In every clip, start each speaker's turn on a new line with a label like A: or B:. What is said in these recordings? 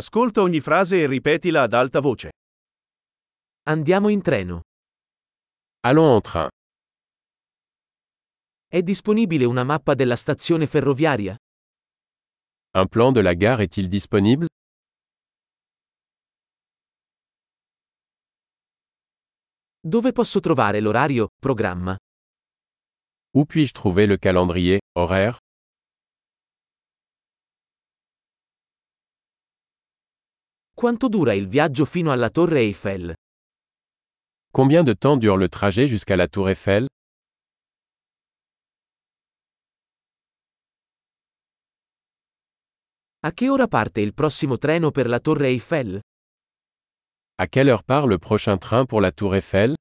A: Ascolta ogni frase e ripetila ad alta voce.
B: Andiamo in treno.
C: Allons en train.
B: È disponibile una mappa della stazione ferroviaria?
C: Un plan de la gare est-il disponible
B: Dove posso trovare l'orario, programma?
C: Où puis-je trouver le calendrier, horaire
B: Quanto dura il viaggio fino alla Torre Eiffel?
C: Combien de temps dure le trajet jusqu'à la Tour Eiffel
B: A che ora parte il prossimo treno per la Torre Eiffel?
C: À quelle heure part le prochain train pour la Tour Eiffel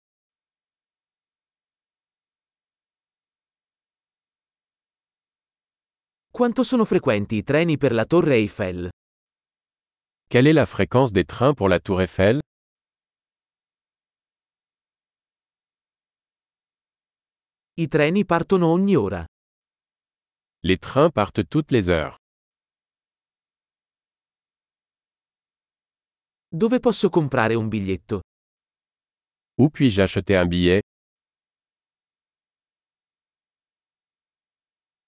B: Quanto sono frequenti i treni per la Torre Eiffel?
C: Quelle est la fréquence des trains pour la Tour Eiffel
B: I treni partono ogni ora.
C: Les trains partent toutes les heures.
B: Dove posso comprare un biglietto?
C: Où puis-je acheter un billet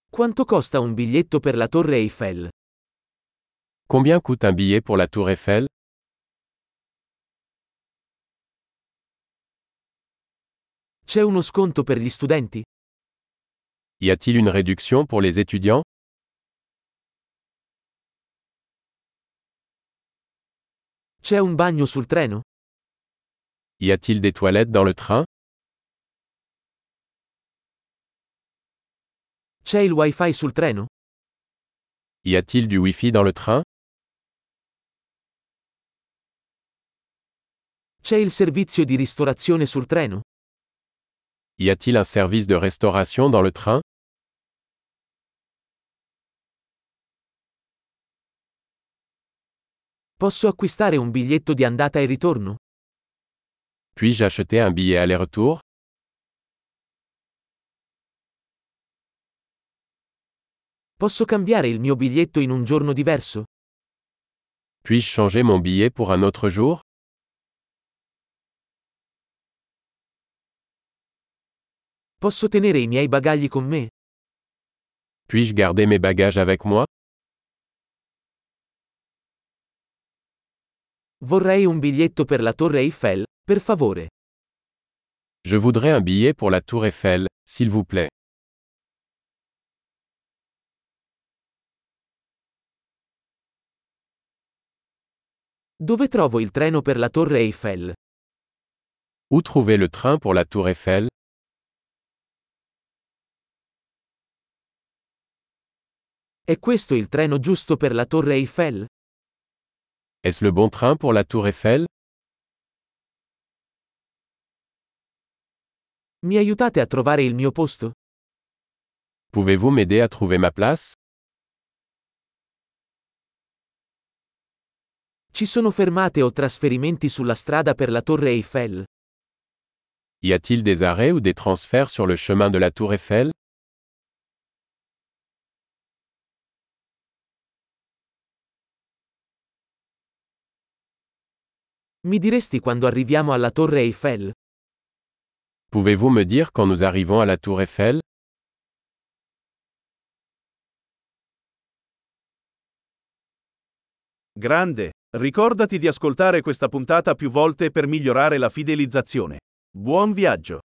B: Quanto costa un biglietto per la Torre Eiffel?
C: Combien coûte un billet pour la Tour Eiffel
B: C'è uno sconto per gli studenti?
C: Y a-t-il une réduction pour les étudiants
B: C'è un bagno sul treno?
C: Y a-t-il des toilettes dans le train
B: C'è il wifi sul treno?
C: Y a-t-il du Wi-Fi dans le train
B: C'è il servizio di ristorazione sul treno?
C: Y a-t-il un service de restauration dans le train
B: Posso acquistare un biglietto di andata e ritorno?
C: Puis-je acheter un billet aller-retour
B: Posso cambiare il mio biglietto in un giorno diverso?
C: Puis-je changer mon billet pour un autre jour
B: Posso tenere i miei bagagli con me?
C: Puis-je garder mes bagages avec moi
B: Vorrei un biglietto per la Torre Eiffel, per favore.
C: Je voudrais un billet pour la Tour Eiffel, s'il vous plaît.
B: Dove trovo il treno per la Torre Eiffel?
C: Où trouver le train pour la Tour Eiffel
B: È questo il treno giusto per la Torre Eiffel?
C: Est-ce le bon train pour la Tour Eiffel
B: Mi aiutate a trovare il mio posto?
C: Pouvez-vous m'aider à trouver ma place
B: Ci sono fermate o trasferimenti sulla strada per la Torre Eiffel?
C: Y a-t-il des arrêts ou des transferts sur le chemin de la Tour Eiffel
B: Mi diresti quando arriviamo alla Torre Eiffel?
C: Pouvez-vous me dire quand nous arrivons à la Tour Eiffel
A: Grande. Ricordati di ascoltare questa puntata più volte per migliorare la fidelizzazione. Buon viaggio!